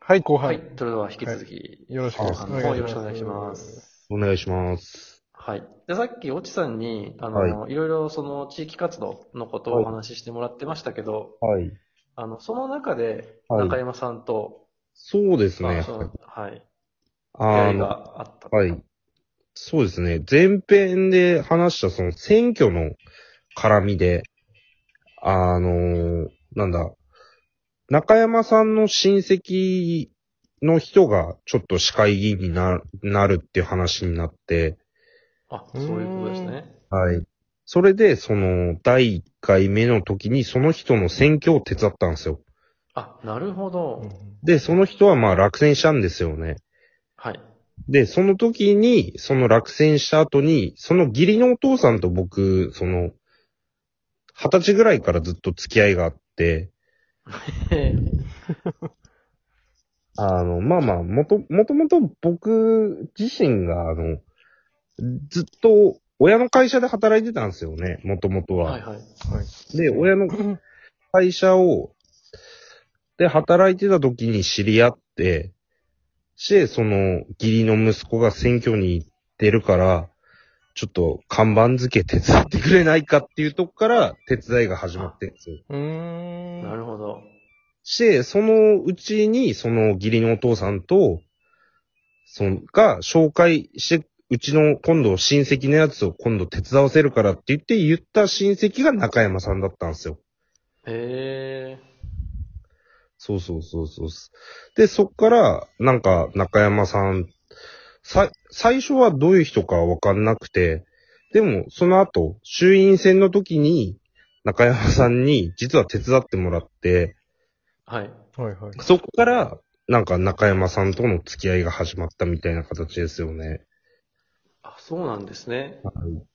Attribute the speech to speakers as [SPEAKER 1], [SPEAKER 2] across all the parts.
[SPEAKER 1] はい、後
[SPEAKER 2] はい
[SPEAKER 1] 半。。
[SPEAKER 2] それでは引き続き、
[SPEAKER 1] よろしくお
[SPEAKER 2] 後半の方よろしくお願
[SPEAKER 1] 願い
[SPEAKER 2] い
[SPEAKER 1] し
[SPEAKER 2] し
[SPEAKER 1] ま。
[SPEAKER 2] ますす。
[SPEAKER 3] お願いします。
[SPEAKER 2] はい。で、さっき、オチさんに、あの、、
[SPEAKER 3] はい
[SPEAKER 2] ろいろその地域活動のことをお話ししてもらってましたけど、
[SPEAKER 3] はい。
[SPEAKER 2] あの、その中で、
[SPEAKER 3] はい
[SPEAKER 2] 中山さんと、
[SPEAKER 3] そうですね
[SPEAKER 2] あ。そのはい。出
[SPEAKER 3] あ
[SPEAKER 2] 会い
[SPEAKER 3] の、
[SPEAKER 2] があった。
[SPEAKER 3] はい。そうですね。前編で話したその選挙の絡みで、あの、なんだ、中山さんの親戚の人がちょっと市会議員にななるっていう話になって、
[SPEAKER 2] あ、そういうことですね。
[SPEAKER 3] はい。それで、その、第1回目の時にその人の選挙を手伝ったんですよ。
[SPEAKER 2] あ、なるほど。
[SPEAKER 3] で、その人はまあ落選したんですよね。
[SPEAKER 2] はい。
[SPEAKER 3] で、その時に、その落選した後に、その義理のお父さんと僕、その、二十歳ぐらいからずっと付き合いがあって、あの、まあまあ、もと、もともと僕自身が、あの、ずっと親の会社で働いてたんですよね、もともとは。
[SPEAKER 2] はいはい。
[SPEAKER 1] はい。
[SPEAKER 3] で、親の会社を、で、働いてた時に知り合って、して、その、義理の息子が選挙に行ってるから、ちょっと看板付け手伝ってくれないかっていうとこから手伝いが始まってるんですよ。
[SPEAKER 1] うーん。
[SPEAKER 2] なるほど。
[SPEAKER 3] して、そのうちに、その義理のお父さんと、その、が紹介して、うちの今度親戚のやつを今度手伝わせるからって言って言った親戚が中山さんだったんですよ。
[SPEAKER 2] へえ
[SPEAKER 3] そうそうそうそうっす。で、そっから、なんか、中山さん、さ、最初はどういう人かわかんなくて、でも、その後、衆院選の時に、中山さんに、実は手伝ってもらって、
[SPEAKER 2] はい。
[SPEAKER 1] はいはい。
[SPEAKER 3] そっから、なんか中山さんとの付き合いが始まったみたいな形ですよね。
[SPEAKER 2] あ、そうなんですね。
[SPEAKER 3] はい。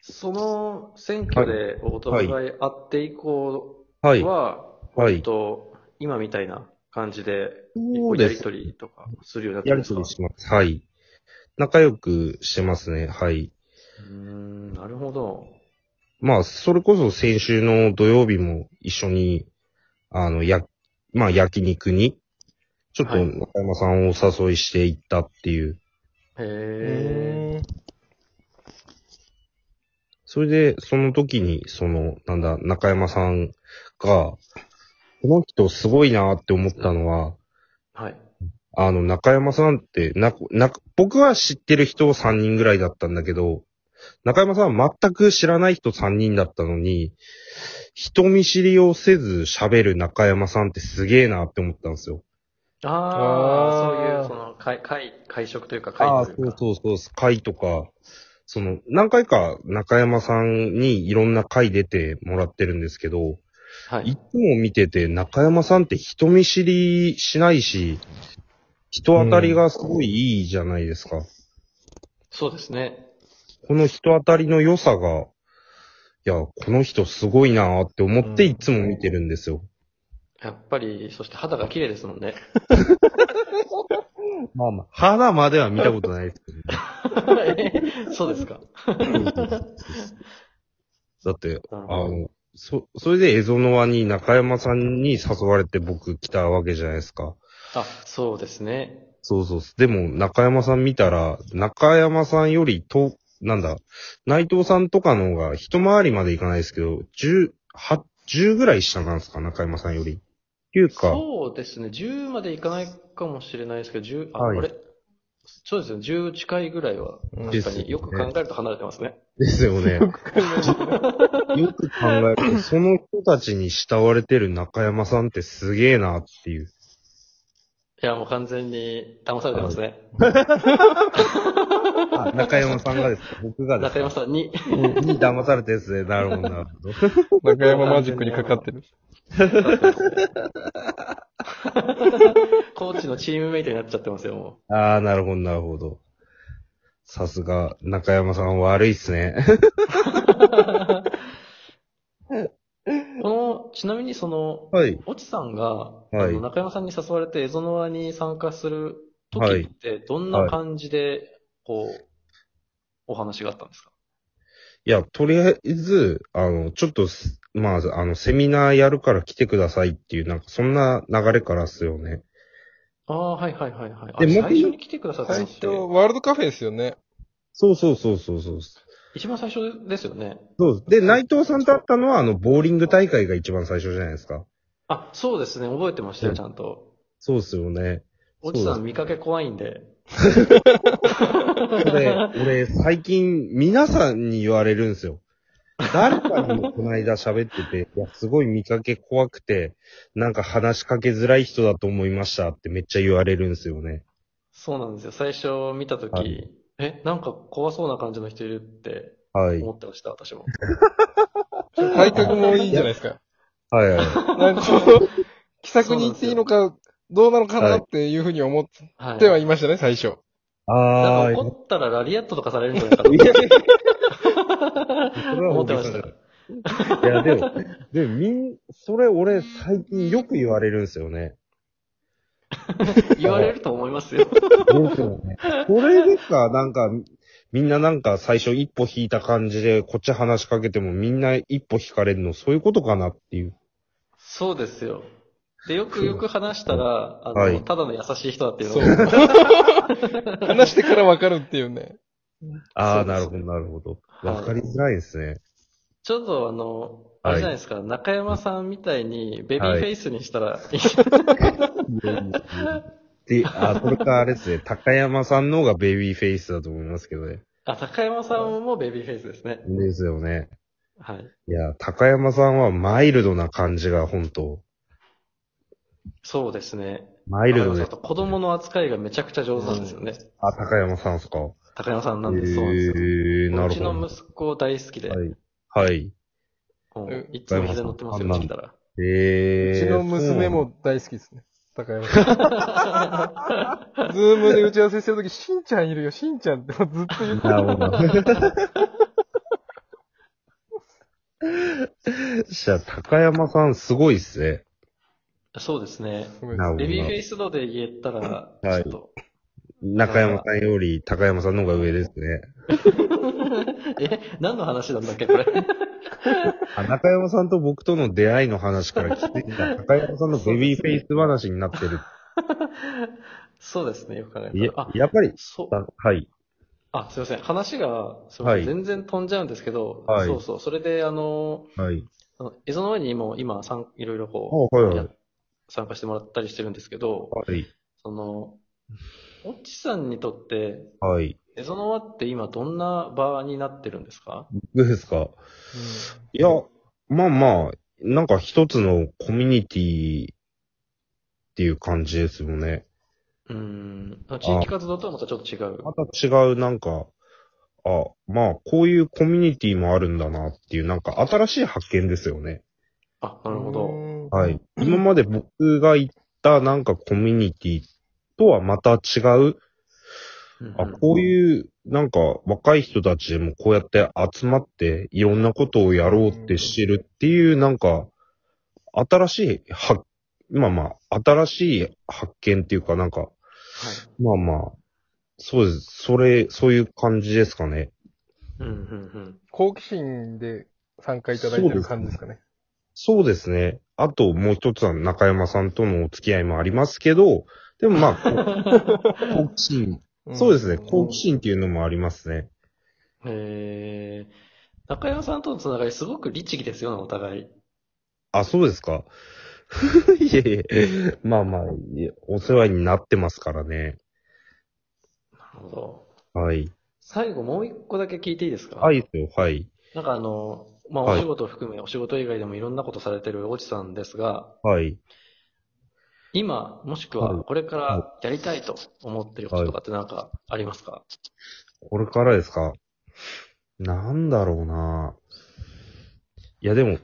[SPEAKER 2] その選挙でお互い会って以降
[SPEAKER 3] はい。
[SPEAKER 2] は、
[SPEAKER 3] はい
[SPEAKER 2] えっと、今みたいな感じで、
[SPEAKER 3] そう
[SPEAKER 2] や
[SPEAKER 3] で
[SPEAKER 2] り
[SPEAKER 3] す
[SPEAKER 2] と。りとかするようになった
[SPEAKER 3] や
[SPEAKER 2] ん
[SPEAKER 3] り
[SPEAKER 2] です
[SPEAKER 3] と
[SPEAKER 2] か
[SPEAKER 3] りします。はい。仲良くしてますね。はい。
[SPEAKER 2] うーん、なるほど。
[SPEAKER 3] まあ、それこそ先週の土曜日も一緒に、あの、や、まあ、焼肉に、ちょっと
[SPEAKER 2] はい
[SPEAKER 3] 中山さんをお誘いしていったっていう。
[SPEAKER 2] へ
[SPEAKER 1] うー
[SPEAKER 2] え。
[SPEAKER 1] ん
[SPEAKER 3] それで、その時に、その、なんだ、中山さんが、この人すごいなって思ったのは、
[SPEAKER 2] はい。
[SPEAKER 3] あの、中山さんって、な、な、僕は知ってる人3人ぐらいだったんだけど、中山さんは全く知らない人3人だったのに、人見知りをせず喋る中山さんってすげえなって思ったんですよ。
[SPEAKER 2] あ
[SPEAKER 1] あ
[SPEAKER 2] あ、
[SPEAKER 1] ー
[SPEAKER 2] そういう、その、会、会、会食というか、会
[SPEAKER 3] ああ、
[SPEAKER 2] と
[SPEAKER 3] そ
[SPEAKER 2] いう
[SPEAKER 3] う
[SPEAKER 2] か。
[SPEAKER 3] そうそう、会とか、その、何回か中山さんにいろんな会出てもらってるんですけど、
[SPEAKER 2] はいい。
[SPEAKER 3] つも見てて中山さんって人見知りしないし、人当たりがすごいいいじゃないですか。
[SPEAKER 2] そうですね。
[SPEAKER 3] この人当たりの良さが、いや、この人すごいなーって思って
[SPEAKER 1] うん
[SPEAKER 3] いつも見てるんですよ。
[SPEAKER 2] やっぱり、そして肌が綺麗ですもん ね。
[SPEAKER 3] まあまあ。肌までは見たことないですけどね、
[SPEAKER 2] そうですか。
[SPEAKER 3] だって、
[SPEAKER 2] なる
[SPEAKER 3] あ
[SPEAKER 2] ほど
[SPEAKER 3] の、そ、それでエゾノワに中山さんに誘われて僕来たわけじゃないですか。
[SPEAKER 2] あ、そうですね。
[SPEAKER 3] そうそう。でも中山さん見たら、中山さんよりと、なんだ、内藤さんとかの方が一回りまでいかないですけど、10、8、10ぐらい下なんですか中山さんより。9か。
[SPEAKER 2] そうですね。10までいかないかもしれないですけど、10、あ、
[SPEAKER 3] はい
[SPEAKER 2] あれそうですね。10近いぐらいは、
[SPEAKER 1] うん
[SPEAKER 2] 確
[SPEAKER 3] です
[SPEAKER 2] か
[SPEAKER 3] よね
[SPEAKER 2] によく考えると離れてますね。
[SPEAKER 3] ですよ ね。よく考えると、 その人たちに慕われてる中山さんってすげえなっていう。
[SPEAKER 2] いや、もう完全に騙されてますね。
[SPEAKER 3] あ、中山さんがですか 僕がで
[SPEAKER 2] 中
[SPEAKER 3] すか
[SPEAKER 2] 山さんに、
[SPEAKER 3] に 騙されてるんですね。なるほど、なるほ ど。
[SPEAKER 1] 中山マジックにかかってる。
[SPEAKER 2] コーチのチームメイトになっちゃってますよ、も
[SPEAKER 3] ああ、なるほど、なるほど。さすが、中山さん悪いっすね。
[SPEAKER 2] う。この、ちなみにその、
[SPEAKER 3] はい。
[SPEAKER 2] オチさんが、
[SPEAKER 3] はい
[SPEAKER 2] あの中山さんに誘われてエゾノワに参加する時って、どんな感じで、こう、お話があったんですか
[SPEAKER 3] いや、とりあえず、あの、ちょっとす、まあ、あの、セミナーやるから来てくださいっていう、なんかそんな流れからっすよね。
[SPEAKER 2] ああ、はいはいはいはい。あ
[SPEAKER 3] で
[SPEAKER 2] 最
[SPEAKER 3] 僕
[SPEAKER 2] 初に来てくださったん
[SPEAKER 1] 最
[SPEAKER 2] です
[SPEAKER 1] 初、
[SPEAKER 2] よ。
[SPEAKER 1] ワールドカフェですよね。
[SPEAKER 3] そうそうそうそうそう。
[SPEAKER 2] 一番最初ですよね。
[SPEAKER 3] そうです。で、内藤さんと会ったのは、あの、ボーリング大会が一番最初じゃないですか。
[SPEAKER 2] あ、そうですね。覚えてました
[SPEAKER 3] う
[SPEAKER 2] よ、
[SPEAKER 3] ん
[SPEAKER 2] ちゃんと。
[SPEAKER 3] そうですよね。
[SPEAKER 2] おじさ
[SPEAKER 3] そ
[SPEAKER 2] ん見かけ怖いんで。
[SPEAKER 3] これ、俺、最近、皆さんに言われるんですよ。誰かにもこの間喋ってて、いや、すごい見かけ怖くて、なんか話しかけづらい人だと思いましたってめっちゃ言われるんですよね。
[SPEAKER 2] そうなんですよ。最初見たとき、
[SPEAKER 3] はい
[SPEAKER 2] え、なんか怖そうな感じの人いるって
[SPEAKER 3] はい。
[SPEAKER 2] 思ってました、私も。
[SPEAKER 1] 体格もいいんじゃないですか。
[SPEAKER 3] はいはい。
[SPEAKER 1] なんかこう、気さくに言っていいのか、どうなのかなっていうふうに思っ
[SPEAKER 2] はい。
[SPEAKER 1] てはいましたね、最初。
[SPEAKER 3] あ
[SPEAKER 2] なん
[SPEAKER 3] ー
[SPEAKER 2] か、怒ったらラリアットとかされるんじゃないかと
[SPEAKER 3] い や、
[SPEAKER 2] 思ってました。
[SPEAKER 3] いや、でも、でもみん、それ俺最近よく言われるんですよね。
[SPEAKER 2] 言われると思いますよ。
[SPEAKER 3] ですよね。これですかなんか、みんななんか最初一歩引いた感じで、こっち話しかけてもみんな一歩引かれるの、そういうことかなっていう。
[SPEAKER 2] そうですよ。で、よくよく話したら、あの、
[SPEAKER 3] はい
[SPEAKER 2] ただの優しい人だっていうの
[SPEAKER 1] そう。
[SPEAKER 2] が。
[SPEAKER 1] 話してからわかるっていうね。
[SPEAKER 3] ああ、
[SPEAKER 2] そう
[SPEAKER 3] な
[SPEAKER 2] で
[SPEAKER 3] る
[SPEAKER 2] す
[SPEAKER 3] ほど、なるほど。
[SPEAKER 2] はい
[SPEAKER 3] わかりづらいですね。
[SPEAKER 2] ちょっとあの、
[SPEAKER 3] は
[SPEAKER 2] あ
[SPEAKER 3] い
[SPEAKER 2] れじゃないですか、中山さんみたいにベビーフェイスにしたら、
[SPEAKER 3] で、あ、これかあれですね。高山さんの方がベビーフェイスだと思いますけどね。
[SPEAKER 2] あ、中山さんもベビーフェイスですね。
[SPEAKER 3] ですよね。
[SPEAKER 2] はい。
[SPEAKER 3] いや、高山さんはマイルドな感じが、本当
[SPEAKER 2] そうですね。
[SPEAKER 3] マイルド
[SPEAKER 2] 中山さん
[SPEAKER 3] で
[SPEAKER 2] あと子供の扱いがめちゃくちゃ上手なんですよね。
[SPEAKER 3] あ、高山さんですか
[SPEAKER 2] 高山さん
[SPEAKER 3] え
[SPEAKER 2] なんです。そうなんですよ。
[SPEAKER 3] えー、な
[SPEAKER 2] う
[SPEAKER 3] る
[SPEAKER 2] ち
[SPEAKER 3] ほ
[SPEAKER 2] の
[SPEAKER 3] ど。
[SPEAKER 2] 息子大好きで、
[SPEAKER 3] はい。はい。
[SPEAKER 2] もう
[SPEAKER 1] え
[SPEAKER 2] いつも膝乗ってますよ、
[SPEAKER 3] 高山さん
[SPEAKER 2] 来たら。
[SPEAKER 1] う
[SPEAKER 3] えー。
[SPEAKER 1] ちの娘も大好きですね。高山さん。ズームで打ち合わせしてるとき、しんちゃんいるよ、しんちゃんってずっと言って
[SPEAKER 3] そうなん だ。なるほど。じゃあ、高山さんすごいっすね。
[SPEAKER 2] そうですね。
[SPEAKER 1] すごいで
[SPEAKER 3] なるほど
[SPEAKER 2] ベビーフェイス度で言えたら、ちょ
[SPEAKER 3] はい
[SPEAKER 2] っと、
[SPEAKER 3] 中山さんより高山さんの方が上ですね。
[SPEAKER 2] え、何の話なんだっけ、これ。
[SPEAKER 3] あ、中山さんと僕との出会いの話から気づいた。高山さんのベビーフェイス話になってる。
[SPEAKER 2] そうですね、よく考
[SPEAKER 3] い
[SPEAKER 2] え
[SPEAKER 3] や
[SPEAKER 2] たら。あ、
[SPEAKER 3] やっぱり、
[SPEAKER 2] そう。
[SPEAKER 3] あはい。
[SPEAKER 2] あ、すいません。話が、すいま
[SPEAKER 3] は
[SPEAKER 2] せ
[SPEAKER 3] い
[SPEAKER 2] ん。全然飛んじゃうんですけど、
[SPEAKER 3] はい
[SPEAKER 2] そうそう。それで、あの、
[SPEAKER 3] はい。
[SPEAKER 2] あのエゾノワにも今、参いろいろこ
[SPEAKER 3] あ、は
[SPEAKER 2] う、
[SPEAKER 3] いはい。
[SPEAKER 2] や参加してもらったりしてるんですけど、
[SPEAKER 3] はい。
[SPEAKER 2] その、オッチさんにとって、
[SPEAKER 3] はい。
[SPEAKER 2] エゾノワって今どんな場になってるんですか
[SPEAKER 3] どうですか
[SPEAKER 1] す。
[SPEAKER 3] いや、まあまあ、なんか一つのコミュニティっていう感じですよね。
[SPEAKER 2] うーん。あの地域活動とはまたちょっと違う。
[SPEAKER 3] また違う、なんか、あ、まあ、こういうコミュニティもあるんだなっていう、なんか新しい発見ですよね。
[SPEAKER 2] あ、なるほど。
[SPEAKER 1] ど。
[SPEAKER 3] はい。今まで僕が行ったなんかコミュニティとはまた違う、
[SPEAKER 2] うん
[SPEAKER 3] あ、こういう、なんか若い人たちでもこうやって集まっていろんなことをやろうってしてるっていう、なんか、新しい発、まあまあ、新しい発見っていうかなんか、まあまあ、そうです。それ、そういう感じですかね。
[SPEAKER 2] うん、うん、うん。
[SPEAKER 1] 好奇心で参加いただいてる感じですかね。
[SPEAKER 3] そうですね。あともう一つは中山さんとのお付き合いもありますけど、でもま あ、 好奇心。そうですね。好奇心っていうのもありますね。
[SPEAKER 2] えー、中山さんとのつながりすごく律儀ですよね、お互い。
[SPEAKER 3] あ、そうですか。 いえいえ。まあまあ、いえお世話になってますからね。
[SPEAKER 2] なるほど。
[SPEAKER 3] はい。
[SPEAKER 2] 最後もう一個だけ聞いていいですか
[SPEAKER 3] はいですよ、はい。
[SPEAKER 2] なんかあの、まあ、
[SPEAKER 3] はい
[SPEAKER 2] お仕事を含め、お仕事以外でもいろんなことされてるおじさんですが、
[SPEAKER 3] はい。
[SPEAKER 2] 今、もしく
[SPEAKER 3] はい
[SPEAKER 2] はこれからやりたいと思ってることとかってなんかありますか、
[SPEAKER 3] これからですか。なんだろうな。いや、でも、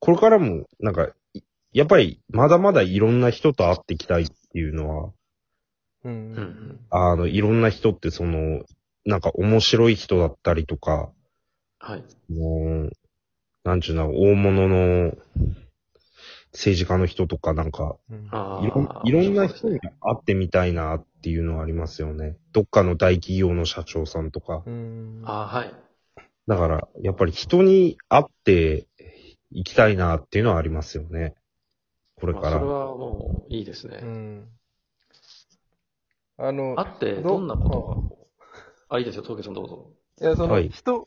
[SPEAKER 3] これからも、なんか、いやっぱり、まだまだいろんな人と会っていきたいっていうのは、
[SPEAKER 1] うん。
[SPEAKER 2] うん
[SPEAKER 3] あの、いろんな人ってその、なんか面白い人だったりとか、
[SPEAKER 2] はい。
[SPEAKER 3] もう、なんちゅうな、大物の政治家の人とかなんか、
[SPEAKER 1] うん
[SPEAKER 2] あ
[SPEAKER 3] いろん
[SPEAKER 2] あ、
[SPEAKER 3] いろんな人
[SPEAKER 2] そう
[SPEAKER 3] に
[SPEAKER 2] ですね
[SPEAKER 3] 会ってみたいなっていうのはありますよね。どっかの大企業の社長さんとか。
[SPEAKER 1] うん。
[SPEAKER 2] ああ、はい。
[SPEAKER 3] だから、やっぱり人に会って、行きたいなっていうのはありますよね。これ
[SPEAKER 2] ま
[SPEAKER 3] か
[SPEAKER 2] あ、そ
[SPEAKER 3] ら。
[SPEAKER 2] れはもういいです
[SPEAKER 1] う
[SPEAKER 2] ね。
[SPEAKER 1] ん。あの、
[SPEAKER 2] あって、
[SPEAKER 1] ど
[SPEAKER 2] どんなことがこう。あ、いいですよ、東京さんどうぞ。
[SPEAKER 1] いや、その、
[SPEAKER 3] はい
[SPEAKER 1] 人、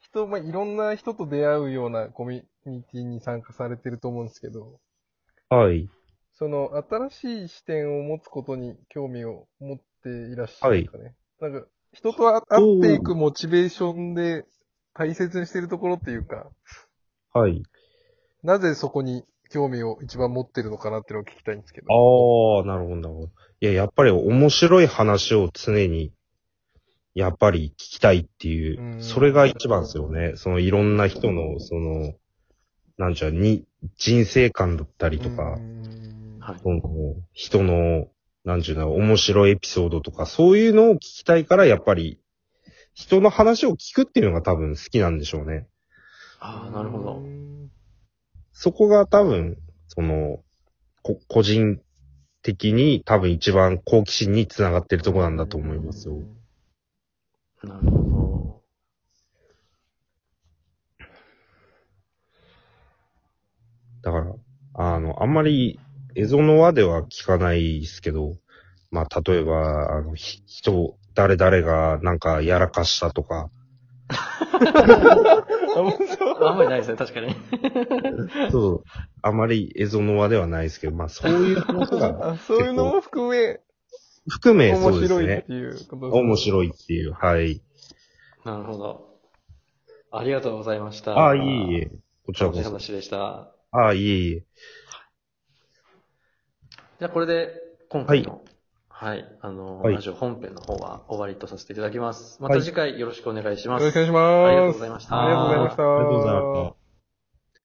[SPEAKER 1] 人、まあ、いろんな人と出会うようなコミュニティに参加されてると思うんですけど、
[SPEAKER 3] はい。
[SPEAKER 1] その、新しい視点を持つことに興味を持っていらっしゃるんですかね。なんか、人とあ会っていくモチベーションで大切にしてるところっていうか、
[SPEAKER 3] はい。
[SPEAKER 1] なぜそこに興味を一番持ってるのかなっていうのを聞きたいんですけど。
[SPEAKER 3] ああ、なるほど、なるほど。いや、やっぱり面白い話を常に、やっぱり聞きたいって
[SPEAKER 1] う
[SPEAKER 3] い
[SPEAKER 1] ん
[SPEAKER 3] う、それが一番ですよね。そのいろんな人の、その、なんちゃう、に、人生観だったりとか
[SPEAKER 1] う、ん
[SPEAKER 2] はい。
[SPEAKER 3] その人の、なんちゅうの、面白いエピソードとか、そういうのを聞きたいから、やっぱり、人の話を聞くっていうのが多分好きなんでしょうね。
[SPEAKER 2] ああ、なるほ
[SPEAKER 1] う
[SPEAKER 2] ど。
[SPEAKER 1] ん
[SPEAKER 3] そこが多分、その、こ、個人的に多分一番好奇心につながってるとこなんだと思いますよ。
[SPEAKER 2] なるほ
[SPEAKER 3] だから、あの、あんまり、エゾノワでは聞かないですけど、まあ、例えば、あの、ひ人、誰々がなんかやらかしたとか、
[SPEAKER 2] ど。あんまりないですね、確かに。
[SPEAKER 3] そう、あまりエゾノワではないですけど、まあ、そういう話が
[SPEAKER 1] あそういうのも含め、
[SPEAKER 3] 含め、
[SPEAKER 1] 面
[SPEAKER 3] そうで
[SPEAKER 1] 白
[SPEAKER 3] す
[SPEAKER 1] いっ
[SPEAKER 3] ね。
[SPEAKER 1] ていうことですね
[SPEAKER 3] 面白いっていう、はい。
[SPEAKER 2] なるほど。ありがとうございました。
[SPEAKER 3] ああ、いえいえ。。こちら
[SPEAKER 2] 楽し
[SPEAKER 3] こ
[SPEAKER 2] い
[SPEAKER 3] そ。
[SPEAKER 2] 話でした。
[SPEAKER 3] ああ、いえいえ。
[SPEAKER 2] じゃあ、これで、今回の、はい、あの、
[SPEAKER 3] はい
[SPEAKER 2] ラジオ本編の方は終わりとさせていただきます。ま
[SPEAKER 3] は
[SPEAKER 2] た
[SPEAKER 3] い
[SPEAKER 2] 次回よろしくお願いしま
[SPEAKER 1] よ
[SPEAKER 2] す。
[SPEAKER 1] ろしくお願いし
[SPEAKER 2] ありがと
[SPEAKER 1] ま
[SPEAKER 2] うご
[SPEAKER 1] す
[SPEAKER 2] ざい。ました。
[SPEAKER 1] ありがとうございました。
[SPEAKER 3] ありがとうございました。